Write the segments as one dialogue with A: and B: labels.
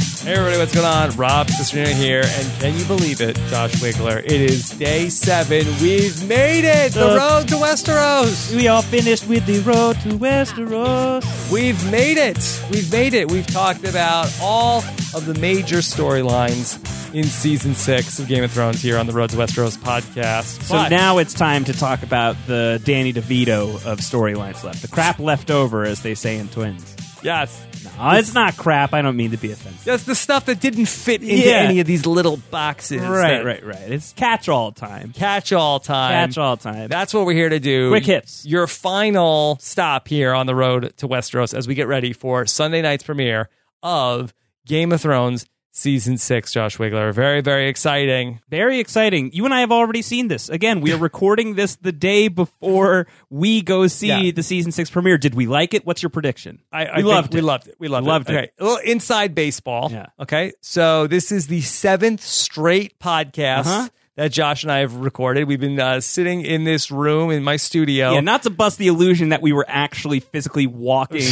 A: what's going on? Rob Cicerino here, and can you believe it, Josh Wiggler? It is day seven. We've made it. The
B: Uh,
A: road to Westeros.
B: We are finished with the road to Westeros.
A: We've made it. We've made it. We've talked about all of the major storylines in season six of Game of Thrones here on the Road to Westeros podcast.
B: So
A: But-
B: now it's time to talk about the Danny DeVito of storylines left. The crap left over, as they say in Twins.
A: yes,
B: No, it's not crap. I don't mean to be offensive.
A: that's the stuff that didn't fit into
B: Yeah.
A: any of these little boxes.
B: Right,
A: that-
B: right, right. It's catch all time.
A: Catch all time.
B: Catch all time.
A: That's what we're here to do.
B: Quick hits.
A: Your final stop here on the road to Westeros as we get ready for Sunday night's premiere of Game of Thrones season six. Josh Wiggler, very very exciting.
B: Very exciting. You and I have already seen this. Again, we are recording this the day before we go see
A: Yeah.
B: the season six premiere. Did we like it? What's your prediction?
A: I, I
B: we
A: think
B: loved
A: We
B: it.
A: loved it. We loved,
B: Loved
A: it.
B: it.
A: Okay, a little inside baseball.
B: Yeah.
A: Okay, so this is the seventh straight podcast.
B: Uh-huh.
A: That Josh and I have recorded. We've been uh, sitting in this room in my studio.
B: Yeah, not to bust the illusion that we were actually physically walking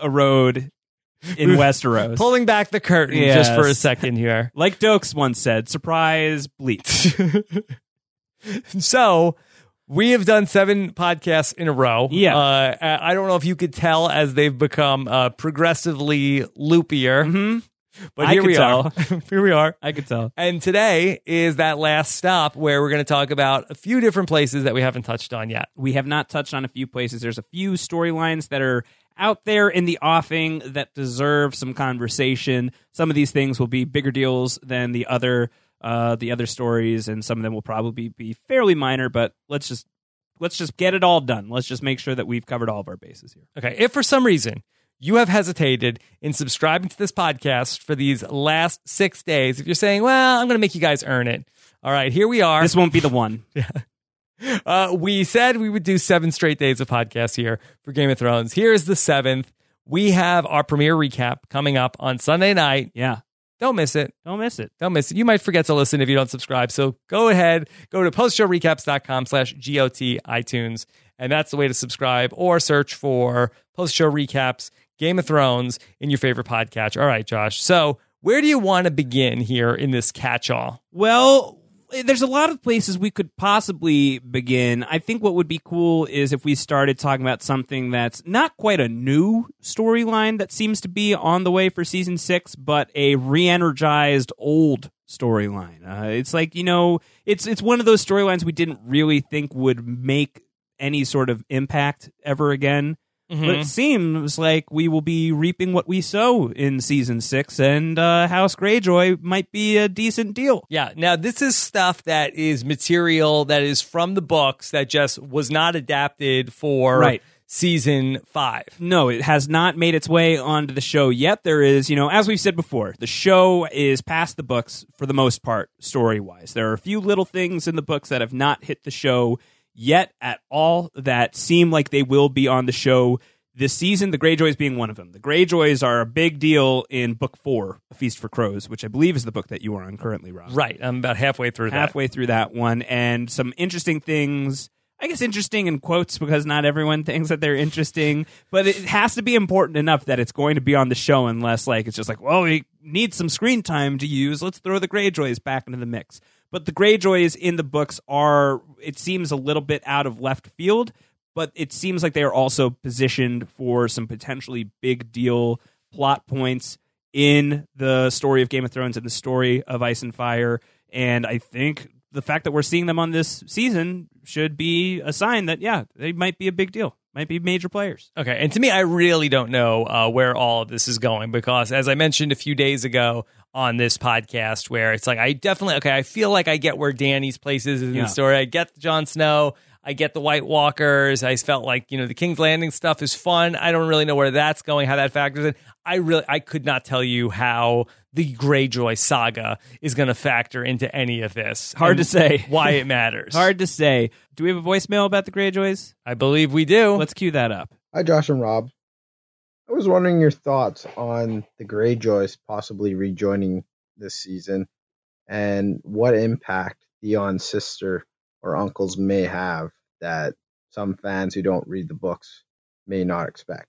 B: a road in Westeros.
A: Pulling back the curtain just for a
B: Yes.
A: second here.
B: like Dokes once said, surprise bleep.
A: so we have done seven podcasts in a row.
B: Yeah.
A: Uh, I I don't know if you could tell as they've become uh, progressively loopier,
B: hmm
A: but
B: I
A: here
B: could
A: we
B: tell.
A: are. here we are.
B: I could tell.
A: And today is that last stop where we're going to talk about a few different places that we haven't touched on yet.
B: We have not touched on a few places. There's a few storylines that are out there in the offing that deserve some conversation. Some of these things will be bigger deals than the other uh, the other stories, and some of them will probably be fairly minor. But let's just let's just get it all done. Let's just make sure that we've covered all of our bases here.
A: Okay. If for some reason you have hesitated in subscribing to this podcast for these last six days, if you're saying, well, I'm going to make you guys earn it. All right. Here we are.
B: This won't be the one.
A: Uh, we said we would do seven straight days of podcasts here for Game of Thrones. Here is the seventh. We have our premiere recap coming up on Sunday night.
B: Yeah,
A: Don't miss it.
B: don't miss it.
A: Don't miss it. You might forget to listen if you don't subscribe. So go ahead, go to postshowrecaps.com slash GOT iTunes. And that's the way to subscribe or search for post show recaps, Game of Thrones in your favorite podcatcher. All right, Josh. So where do you want to begin here in this catch all?
B: Well, there's a lot of places we could possibly begin. I think what would be cool is if we started talking about something that's not quite a new storyline that seems to be on the way for season six, but a re-energized old storyline. Uh, it's like you know, it's it's one of those storylines we didn't really think would make any sort of impact ever again. But it seems like we will be reaping what we sow in season six, and uh, House Greyjoy might be a decent deal.
A: Yeah. Now, this is stuff that is material that is from the books that just was not adapted for
B: Right.
A: season five.
B: No, it has not made its way onto the show yet. There is, you know, as we've said before, the show is past the books for the most part, story wise. There are a few little things in the books that have not hit the show yet at all that seem like they will be on the show this season. The Greyjoys being one of them. The Greyjoys are a big deal in book four, A Feast for Crows, which I believe is the book that you are on currently, Rob.
A: Right. I'm about halfway through that.
B: halfway through that one and some interesting things i guess interesting in quotes because not everyone thinks that they're interesting but it has to be important enough that it's going to be on the show unless like it's just like well we need some screen time to use let's throw the greyjoys back into the mix but the greyjoys in the books are it seems a little bit out of left field but it seems like they are also positioned for some potentially big deal plot points in the story of Game of Thrones and the story of Ice and Fire. And I think the fact that we're seeing them on this season should be a sign that, yeah, they might be a big deal, might be major players.
A: Okay. And to me, I really don't know uh, where all of this is going because, as I mentioned a few days ago on this podcast, where it's like, I definitely, okay, I feel like I get where Danny's place is in
B: Yeah.
A: the story. I get Jon Snow. I get the White Walkers. I felt like, you know, the King's Landing stuff is fun. I don't really know where that's going, how that factors in. I really, I could not tell you how the Greyjoy saga is going to factor into any of this. and
B: Hard to say.
A: Why it matters.
B: Hard to say. Do we have a voicemail about the Greyjoys?
A: I believe we do.
B: Let's cue that up.
C: Hi, Josh and Rob. I was wondering your thoughts on the Greyjoys possibly rejoining this season and what impact Theon's sister or uncles may have that some fans who don't read the books may not expect.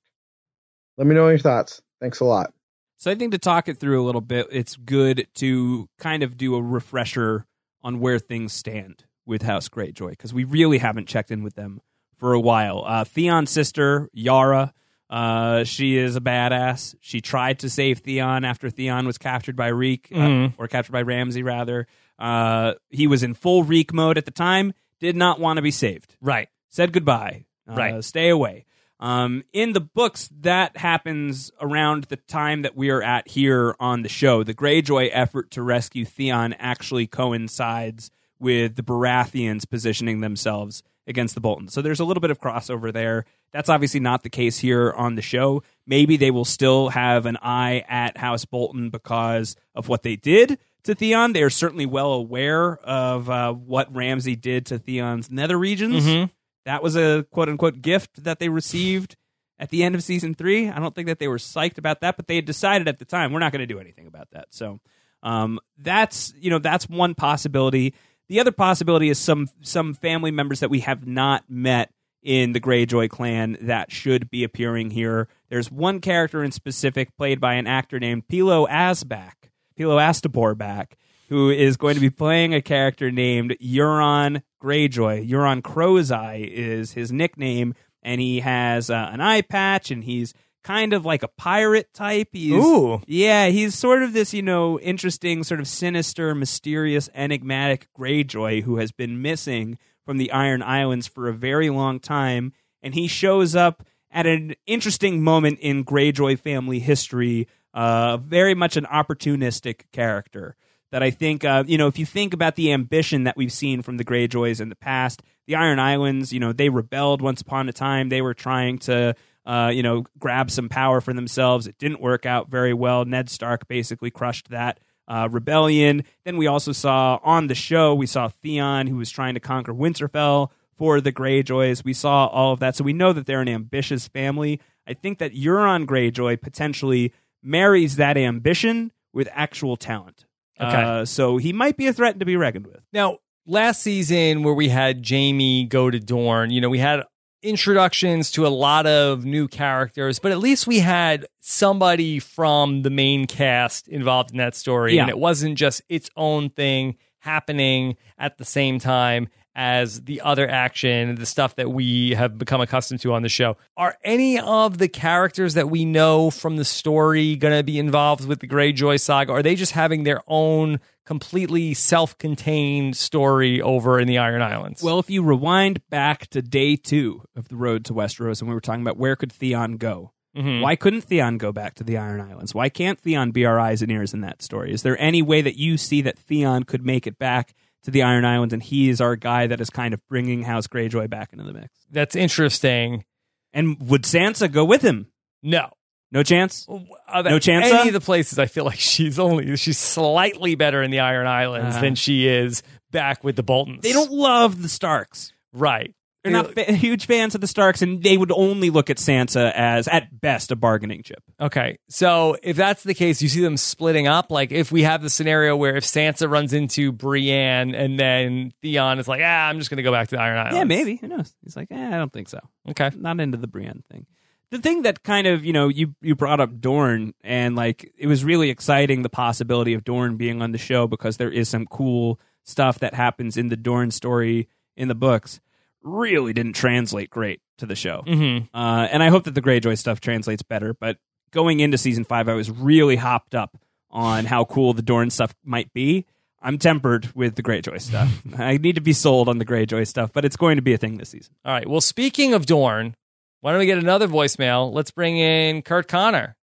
C: Let me know your thoughts. Thanks a lot.
B: So I think to talk it through a little bit, it's good to kind of do a refresher on where things stand with House Greyjoy because we really haven't checked in with them for a while. Uh, Theon's sister Yara, uh, she is a badass. She tried to save Theon after Theon was captured by Reek uh,
A: Mhm.
B: or captured by Ramsey rather. Uh, he was in full Reek mode at the time. Did not want to be saved
A: Right.
B: said goodbye. Uh,
A: Right.
B: Stay away. Um, in the books, that happens around the time that we are at here on the show. The Greyjoy effort to rescue Theon actually coincides with the Baratheons positioning themselves against the Boltons. So there's a little bit of crossover there. That's obviously not the case here on the show. Maybe they will still have an eye at House Bolton because of what they did to Theon. They are certainly well aware of uh, what Ramsay did to Theon's nether regions.
A: Mhm.
B: That was a quote unquote gift that they received at the end of season three. I don't think that they were psyched about that, but they had decided at the time we're not going to do anything about that. So um, that's you know that's one possibility. The other possibility is some some family members that we have not met in the Greyjoy clan that should be appearing here. There's one character in specific played by an actor named Pilo Asback, Pilo Astaborback, who is going to be playing a character named Euron Greyjoy. Euron Crow's Eye is his nickname, and he has uh, an eye patch, and he's kind of like a pirate type. He's
A: Ooh.
B: yeah, he's sort of this, you know, interesting, sort of sinister, mysterious, enigmatic Greyjoy who has been missing from the Iron Islands for a very long time. And he shows up at an interesting moment in Greyjoy family history, uh, very much an opportunistic character. That I think, uh, you know, if you think about the ambition that we've seen from the Greyjoys in the past, the Iron Islands, you know, they rebelled once upon a time. They were trying to uh, you know, grab some power for themselves. It didn't work out very well. Ned Stark basically crushed that uh, rebellion. Then we also saw on the show, we saw Theon, who was trying to conquer Winterfell for the Greyjoys. We saw all of that. So we know that they're an ambitious family. I think that Euron Greyjoy potentially marries that ambition with actual talent.
A: Okay.
B: Uh, so he might be a threat to be reckoned with.
A: Now, last season where we had Jamie go to Dorne, you know, we had introductions to a lot of new characters, but at least we had somebody from the main cast involved in that story.
B: Yeah.
A: And it wasn't just its own thing happening at the same time as the other action, the stuff that we have become accustomed to on the show. Are any of the characters that we know from the story going to be involved with the Greyjoy saga? Are they just having their own completely self-contained story over in the Iron Islands?
B: Well, if you rewind back to day two of the road to Westeros, and we were talking about where could Theon go,
A: Mhm.
B: why couldn't Theon go back to the Iron Islands? Why can't Theon be our eyes and ears in that story? Is there any way that you see that Theon could make it back to the Iron Islands, and he is our guy that is kind of bringing House Greyjoy back into the mix?
A: that's interesting.
B: And would Sansa go with him?
A: No.
B: No chance.
A: Uh,
B: No chance,
A: Any
B: huh?
A: of the places, I feel like she's only she's slightly better in the Iron Islands
B: Uh-huh.
A: than she is back with the Boltons.
B: They don't love the Starks.
A: right.
B: They're not fa- huge fans of the Starks, and they would only look at Sansa as, at best, a bargaining chip.
A: Okay. So if that's the case, you see them splitting up. Like if we have the scenario where if Sansa runs into Brienne and then Theon is like, ah, I'm just going to go back to the Iron Islands.
B: Yeah, maybe. Who knows? He's like, eh, I don't think so.
A: Okay.
B: not into the Brienne thing. The thing that kind of you know you you brought up Dorn and like it was really exciting the possibility of Dorn being on the show because there is some cool stuff that happens in the Dorn story in the books. Really didn't translate great to the show,
A: hmm
B: uh, and I hope that the Greyjoy stuff translates better. But going into season five, I was really hopped up on how cool the Dorn stuff might be. I'm tempered with the Greyjoy stuff. I need to be sold on the Greyjoy stuff, but it's going to be a thing this season.
A: All right. Well, speaking of Dorne, why don't we get another voicemail? Let's bring in Kurt Connor.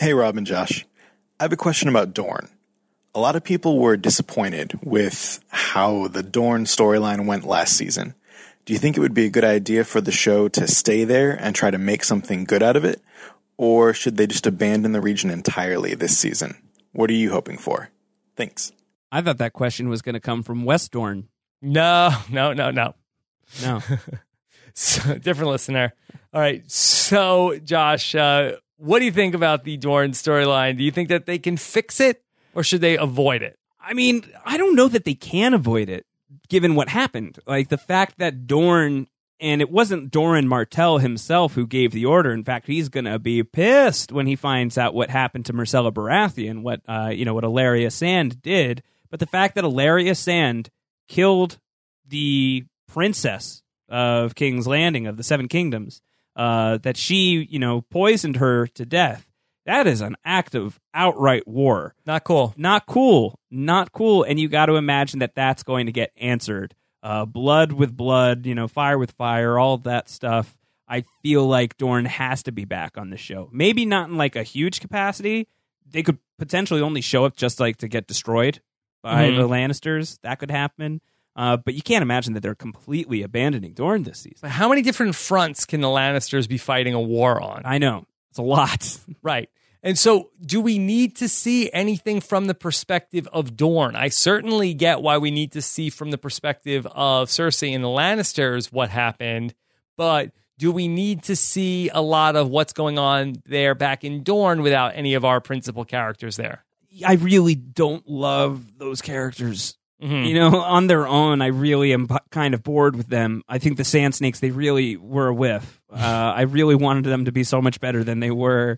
D: Hey, Rob and Josh. I have a question about Dorn. A lot of people were disappointed with how the Dorn storyline went last season. Do you think it would be a good idea for the show to stay there and try to make something good out of it? Or should they just abandon the region entirely this season? What are you hoping for? Thanks.
B: I thought that question was going to come from West Dorn.
A: No, no, no, no.
B: No.
A: So, different listener. All right. So, Josh, uh, what do you think about the Dorne storyline? Do you think that they can fix it or should they avoid it?
B: I mean, I don't know that they can avoid it given what happened. Like the fact that Dorn And it wasn't Doran Martell himself who gave the order. In fact, he's going to be pissed when he finds out what happened to Marcella Baratheon, what uh, you know, what Ilaria Sand did. But the fact that Ilaria Sand killed the princess of King's Landing of the Seven Kingdoms, uh, that she you know poisoned her to death. That is an act of outright war
A: Not cool.
B: not cool, not cool. And you got to imagine that that's going to get answered. Uh, blood with blood, you know, fire with fire, all that stuff. I feel like Dorn has to be back on the show. Maybe not in like a huge capacity. They could potentially only show up just like to get destroyed by
A: Mhm.
B: the Lannisters. That could happen. Uh, but you can't imagine that they're completely abandoning Dorn this season.
A: But how many different fronts can the Lannisters be fighting a war on?
B: I know it's a lot.
A: Right. And so, do we need to see anything from the perspective of Dorne? I certainly get why we need to see from the perspective of Cersei and the Lannisters what happened, but do we need to see a lot of what's going on there back in Dorne without any of our principal characters there?
B: I really don't love those characters
A: Mhm.
B: you know, on their own, I really am bu- kind of bored with them. I think the Sand Snakes, they really were a whiff. Uh, I really wanted them to be so much better than they were.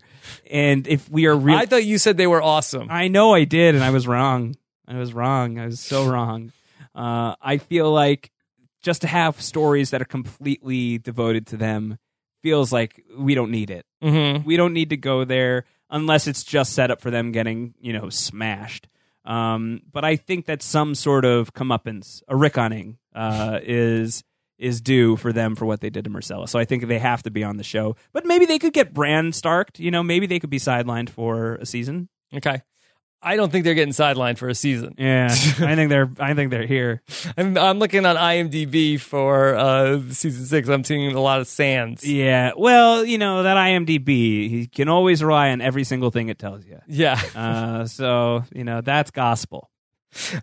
B: And if we are
A: I
B: really.
A: thought you said they were awesome.
B: I know I did, and I was wrong. I was wrong. I was so wrong. Uh, I feel like just to have stories that are completely devoted to them feels like we don't need it.
A: Mhm.
B: We don't need to go there unless it's just set up for them getting, you know, smashed. Um, but I think that some sort of comeuppance, a rickoning, uh, is is due for them for what they did to Marcella. So I think they have to be on the show. But maybe they could get Bran Starked. You know, maybe they could be sidelined for a season.
A: Okay. I don't think they're getting sidelined for a season.
B: Yeah, I think they're I think they're here.
A: I'm, I'm looking on IMDb for uh, season six. I'm seeing a lot of sands.
B: Yeah. Well, you know that IMDb, he can always rely on every single thing it tells you.
A: Yeah.
B: Uh, so you know that's gospel.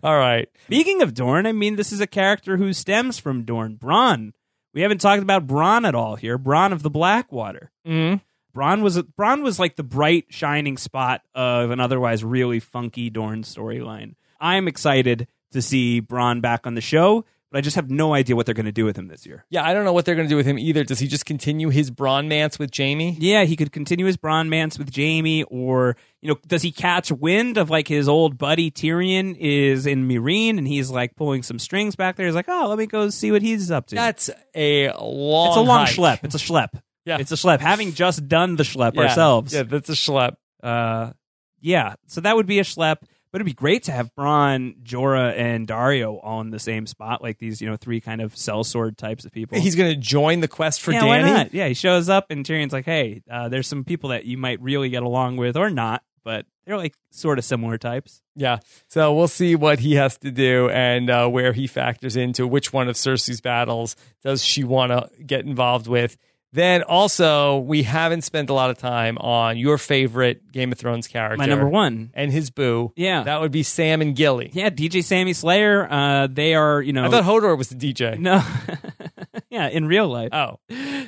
A: All right.
B: Speaking of Dorn, I mean, this is a character who stems from Dorn. Bronn. We haven't talked about Bronn at all here. Bronn of the Blackwater.
A: Mm-hmm.
B: Bronn was Bronn was like the bright shining spot of an otherwise really funky Dorn storyline. I'm excited to see Bronn back on the show, but I just have no idea what they're going to do with him this year.
A: Yeah, I don't know what they're going to do with him either. Does he just continue his bromance with Jamie?
B: Yeah, he could continue his bromance with Jamie, or you know, does he catch wind of like his old buddy Tyrion is in Meereen and he's like pulling some strings back there? He's like, oh, let me go see what he's up to.
A: That's a long.
B: it's a long
A: hike.
B: schlep. It's a schlep.
A: Yeah.
B: It's a schlep. Having just done the schlep
A: Yeah.
B: ourselves.
A: Yeah, that's a schlep.
B: Uh, yeah. So that would be a schlep. But it'd be great to have Braun, Jorah, and Dario all in the same spot, like these, you know, three kind of cell sword types of people.
A: He's going to join the quest for
B: yeah,
A: Danny.
B: why not? Yeah, he shows up and Tyrion's like, "Hey, uh, there's some people that you might really get along with, or not, but they're like sort of similar types."
A: Yeah. So we'll see what he has to do and uh, where he factors into which one of Cersei's battles does she want to get involved with. Then also, we haven't spent a lot of time on your favorite Game of Thrones character.
B: My number one,
A: And his boo.
B: yeah,
A: That would be Sam and Gilly.
B: yeah, DJ Sammy Slayer. Uh, they are, you know,
A: I thought Hodor was the DJ.
B: no, yeah, in real life.
A: Oh.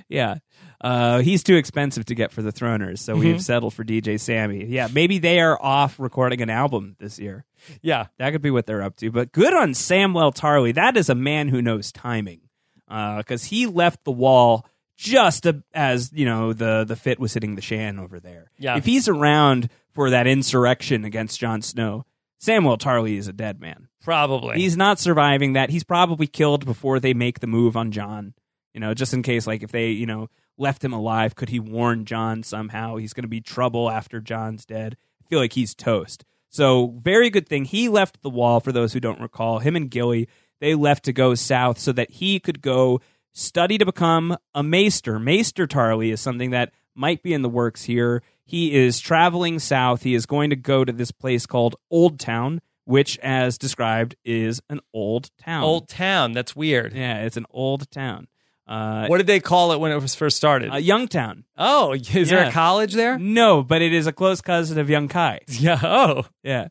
B: yeah. Uh, he's too expensive to get for the Throners, so
A: Mhm.
B: we've settled for DJ Sammy. Yeah, maybe they are off recording an album this year.
A: Yeah.
B: That could be what they're up to. But good on Samwell Tarley. That is a man who knows timing, because he left the wall just a, as you know the the fit was hitting the Shan over there.
A: Yeah.
B: If he's around for that insurrection against Jon Snow, Samwell Tarley is a dead man.
A: Probably.
B: He's not surviving that. He's probably killed before they make the move on John. You know, just in case, like if they, you know, left him alive, could he warn John somehow? He's going to be trouble after John's dead. I feel like he's toast. So very good thing he left the wall. For those who don't recall, him and Gilly they left to go south so that he could go study to become a maester. Maester Tarley is something that might be in the works here. He is traveling south. He is going to go to this place called Old Town, which, as described, is an old town.
A: Old Town. That's weird.
B: yeah, it's an old town. Uh,
A: What did they call it when it was first started?
B: uh, young town.
A: oh, is there a
B: yeah.
A: college there?
B: No, but it is a close cousin of Young Kai.
A: Yeah. Oh,
B: Yeah.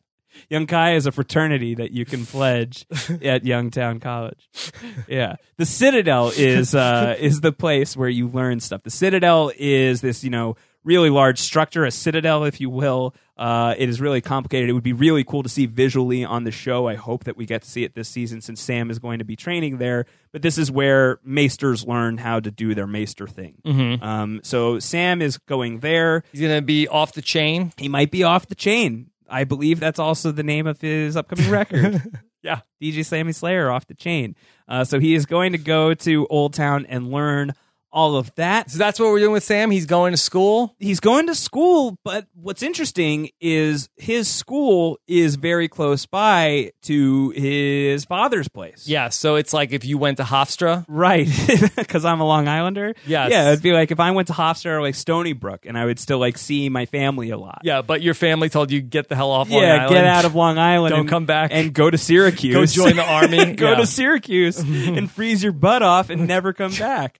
B: Young Kai is a fraternity that you can pledge at Youngtown College. Yeah. The Citadel is uh, is the place where you learn stuff. The Citadel is this, you know, really large structure, a citadel, if you will. Uh, it is really complicated. It would be really cool to see visually on the show. I hope that we get to see it this season since Sam is going to be training there. But this is where maesters learn how to do their maester thing.
A: Mhm.
B: Um, so Sam is going there.
A: He's going to be off the chain.
B: He might be off the chain. I believe that's also the name of his upcoming record.
A: Yeah.
B: DJ Slammy Slayer off the chain. Uh, so he is going to go to Old Town and learn all of that
A: So that's what we're doing with Sam. He's going to school.
B: he's going to school, but what's interesting is his school is very close by to his father's place.
A: Yeah. So it's like if you went to Hofstra.
B: Right, because I'm a Long Islander.
A: Yes.
B: Yeah, it'd be like if I went to Hofstra or like Stony Brook, and I would still like see my family a lot.
A: Yeah. But your family told you, get the hell off Long
B: yeah,
A: Island.
B: get out of Long Island.
A: Don't
B: and-
A: come back.
B: and go to Syracuse.
A: Go join the army.
B: go
A: Yeah.
B: to Syracuse and freeze your butt off and never come back.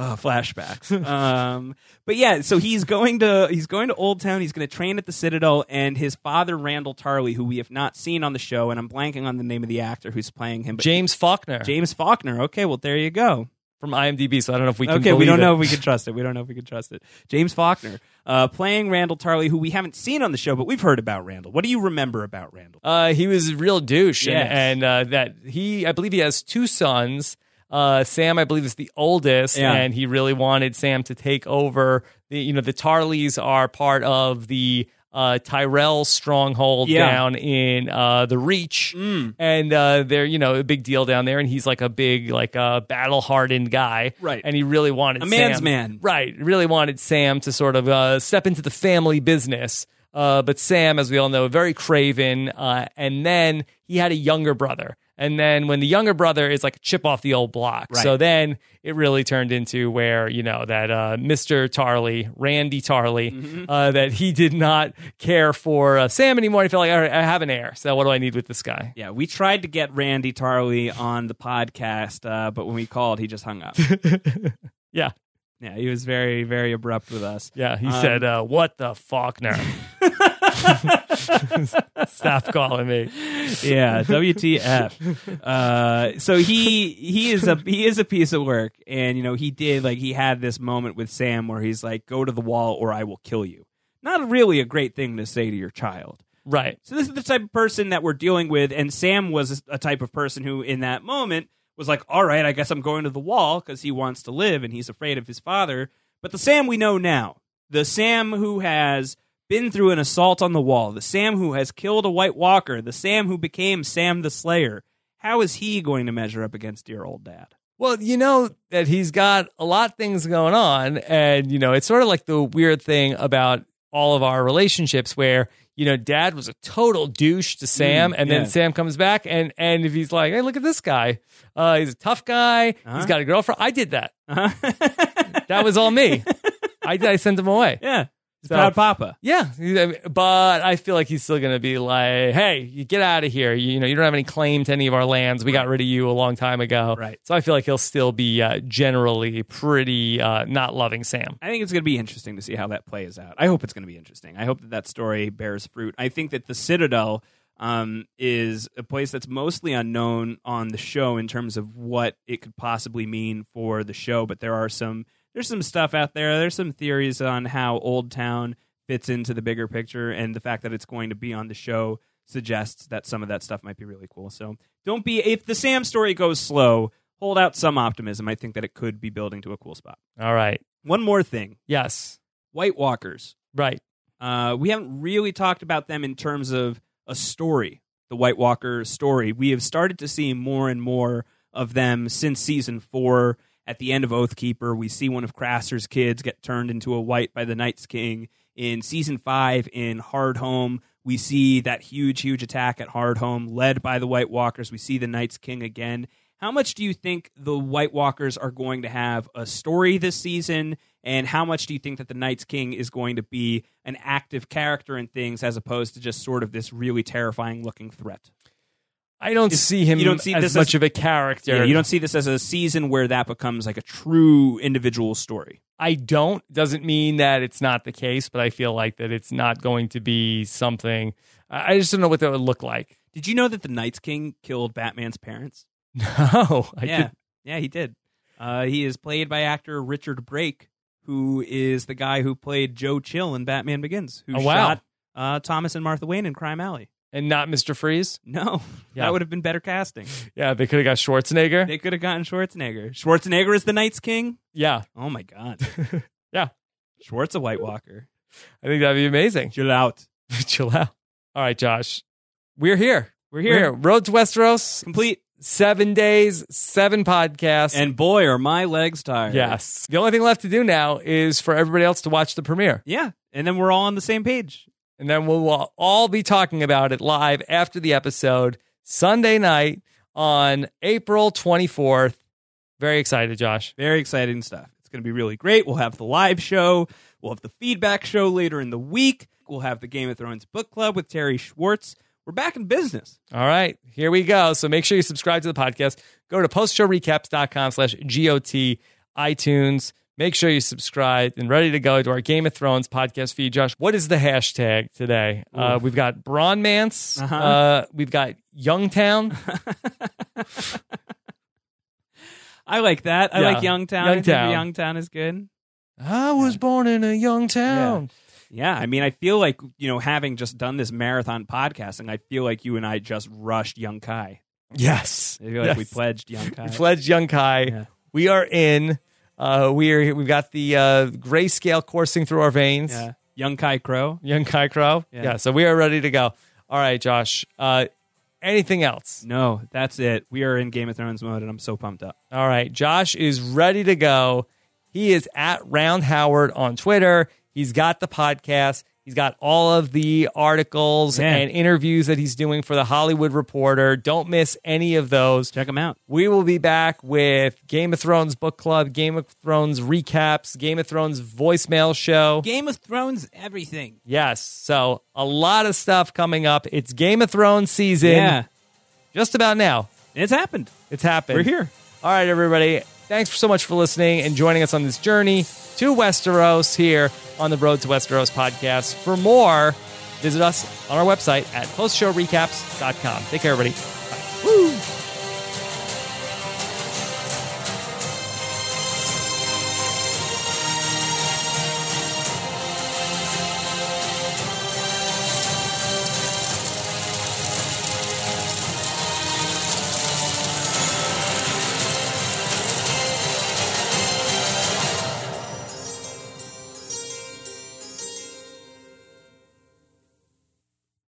B: Oh, flashbacks. Um, but yeah, so he's going to he's going to Old Town. He's going to train at the Citadel, and his father Randall Tarley, who we have not seen on the show, and I'm blanking on the name of the actor who's playing him. But
A: James Faulkner
B: James Faulkner. Okay, well there you go
A: from IMDb. So I don't know if we can.
B: okay, we
A: believe
B: don't
A: it.
B: know if we can trust it. We don't know if we can trust it. James Faulkner uh, playing Randall Tarley, who we haven't seen on the show, but we've heard about Randall. What do you remember about Randall?
A: Uh, he was a real douche,
B: Yes.
A: and, and uh, that he, I believe, he has two sons. Uh, Sam, I believe, is the oldest,
B: Yeah.
A: and he really wanted Sam to take over. The you know the Tarleys are part of the uh, Tyrell stronghold
B: Yeah.
A: down in uh, the Reach,
B: Mm.
A: and uh, they're you know a big deal down there, and he's like a big like a uh, battle hardened guy,
B: Right.
A: And he really wanted
B: A man's
A: Sam-
B: man.
A: right? Really wanted Sam to sort of uh, step into the family business. Uh, but Sam, as we all know, very craven. Uh, and then he had a younger brother. And then when the younger brother is like a chip off the old block.
B: Right.
A: So then it really turned into where, you know, that uh, Mr. Tarley, Randy Tarley,
B: Mm-hmm.
A: uh, that he did not care for uh, Sam anymore. He felt like, all right, I have an heir. So what do I need with this guy?
B: Yeah, we tried to get Randy Tarley on the podcast, uh, but when we called, he just hung up.
A: Yeah.
B: Yeah, he was very, very abrupt with us.
A: Yeah. He
B: Um,
A: said, uh, what the Faulkner? Stop calling me.
B: yeah, WTF. Uh, so he he is a he is a piece of work, and you know he did like he had this moment with Sam where he's like, "Go to the wall, or I will kill you." Not really a great thing to say to your child.
A: Right.
B: So this is the type of person that we're dealing with, and Sam was a type of person who, in that moment, was like, "All right, I guess I'm going to the wall because he wants to live and he's afraid of his father." But the Sam we know now, the Sam who has been through an assault on the wall, the Sam who has killed a White Walker, the Sam who became Sam the Slayer, how is he going to measure up against dear old dad?
A: Well, you know that he's got a lot of things going on. And, you know, it's sort of like the weird thing about all of our relationships where, you know, dad was a total douche to Sam.
B: Mm,
A: and then
B: yeah.
A: Sam comes back and, and if he's like, hey, look at this guy. Uh, he's a tough guy.
B: Uh-huh.
A: He's got a girlfriend. I did that.
B: Uh-huh.
A: That was all me. I, I sent him away.
B: yeah, he's
A: So-
B: proud papa.
A: Yeah, but I feel like he's still going to be like, "Hey, you get out of here. You, you know, you don't have any claim to any of our lands. We got rid of you a long time ago."
B: Right.
A: So I feel like he'll still be uh, generally pretty uh, not loving Sam.
B: I think it's going to be interesting to see how that plays out. I hope it's going to be interesting. I hope that that story bears fruit. I think that the Citadel um, is a place that's mostly unknown on the show in terms of what it could possibly mean for the show, but there are some there's some stuff out there. There's some theories on how Old Town fits into the bigger picture, and the fact that it's going to be on the show suggests that some of that stuff might be really cool. So don't be if the Sam story goes slow. Hold out some optimism. I think that it could be building to a cool spot.
A: All right.
B: One more thing.
A: Yes.
B: White Walkers.
A: Right.
B: Uh, we haven't really talked about them in terms of a story, the White Walker story. We have started to see more and more of them since season four. At the end of Oathkeeper, we see one of Crasser's kids get turned into a white by the Night's King. In season five, in Hard Home, we see that huge, huge attack at Hard Home led by the White Walkers. We see the Night's King again. How much do you think the White Walkers are going to have a story this season? And how much do you think that the Night's King is going to be an active character in things as opposed to just sort of this really terrifying looking threat?
A: I don't
B: Is-
A: see him
B: you don't see
A: as
B: this
A: much
B: as-
A: of a character.
B: Yeah, you don't see this as a season where that becomes like a true individual story.
A: I don't doesn't mean that it's not the case, but I feel like that it's not going to be something. I I just don't know what that would look like.
B: Did you know that the Night's King killed Batman's parents?
A: No, I
B: yeah,
A: didn't-
B: yeah, he did. Uh, he is played by actor Richard Brake, who is the guy who played Joe Chill in Batman Begins, who
A: Oh, wow.
B: shot uh, Thomas and Martha Wayne in Crime Alley.
A: and not Mr. Freeze.
B: No,
A: Yeah.
B: that would have been better casting.
A: Yeah, they could have got Schwarzenegger.
B: They could have gotten Schwarzenegger. Schwarzenegger is the Night's King.
A: yeah,
B: Oh my God.
A: Yeah.
B: Schwartz a White Walker.
A: I think that'd be amazing.
B: Chill out.
A: Chill out. All right, Josh, we're here. We're
B: We're
A: here. Road to Westeros.
B: Complete.
A: Seven days, seven podcasts.
B: And boy, are my legs tired.
A: yes, the only thing left to do now is for everybody else to watch the premiere,
B: Yeah. And then we're all on the same page.
A: and then we'll all be talking about it live after the episode Sunday night on April twenty fourth. Very excited, Josh.
B: Very exciting stuff. It's going to be really great. We'll have the live show. We'll have the feedback show later in the week. We'll have the Game of Thrones book club with Terry Schwartz. We're back in business.
A: All right, here we go. So make sure you subscribe to the podcast. Go to postshowrecaps.com slash GOT iTunes. Make sure you subscribe and ready to go to our Game of Thrones podcast feed. Josh, what is the hashtag today? Uh, we've got Braun Mance.
B: Uh-huh.
A: Uh, we've got Youngtown.
B: I like that. I
A: Yeah.
B: like Youngtown. I think the
A: Youngtown.
B: Youngtown is good.
A: I was born in a young town.
B: Yeah, I mean, I feel like, you know, having just done this marathon podcasting, I feel like you and I just rushed Young Kai.
A: Yes.
B: I feel like we
A: Yes.
B: pledged Young Kai.
A: We pledged Young Kai.
B: Yeah.
A: We are in. Uh, we are. We've got the uh, grayscale coursing through our veins.
B: yeah. Young Kai Crow.
A: Young Kai Crow. Yeah.
B: Yeah.
A: So we are ready to go. All right, Josh. Uh, anything else?
B: No, that's it. We are in Game of Thrones mode, and I'm so pumped up.
A: All right. Josh is ready to go. He is at Round Howard on Twitter. He's got the podcast. He's got all of the articles
B: Yeah.
A: and interviews that he's doing for the Hollywood Reporter. Don't miss any of those.
B: Check them out.
A: We will be back with Game of Thrones book club, Game of Thrones recaps, Game of Thrones voicemail show.
B: Game of Thrones, everything.
A: Yes. So a lot of stuff coming up. It's Game of Thrones season.
B: Yeah,
A: just about now.
B: it's happened.
A: It's happened.
B: We're here.
A: All right, everybody. Thanks so much for listening and joining us on this journey to Westeros here on the Road to Westeros podcast. For more, visit us on our website at postshowrecaps.com. Take care, everybody.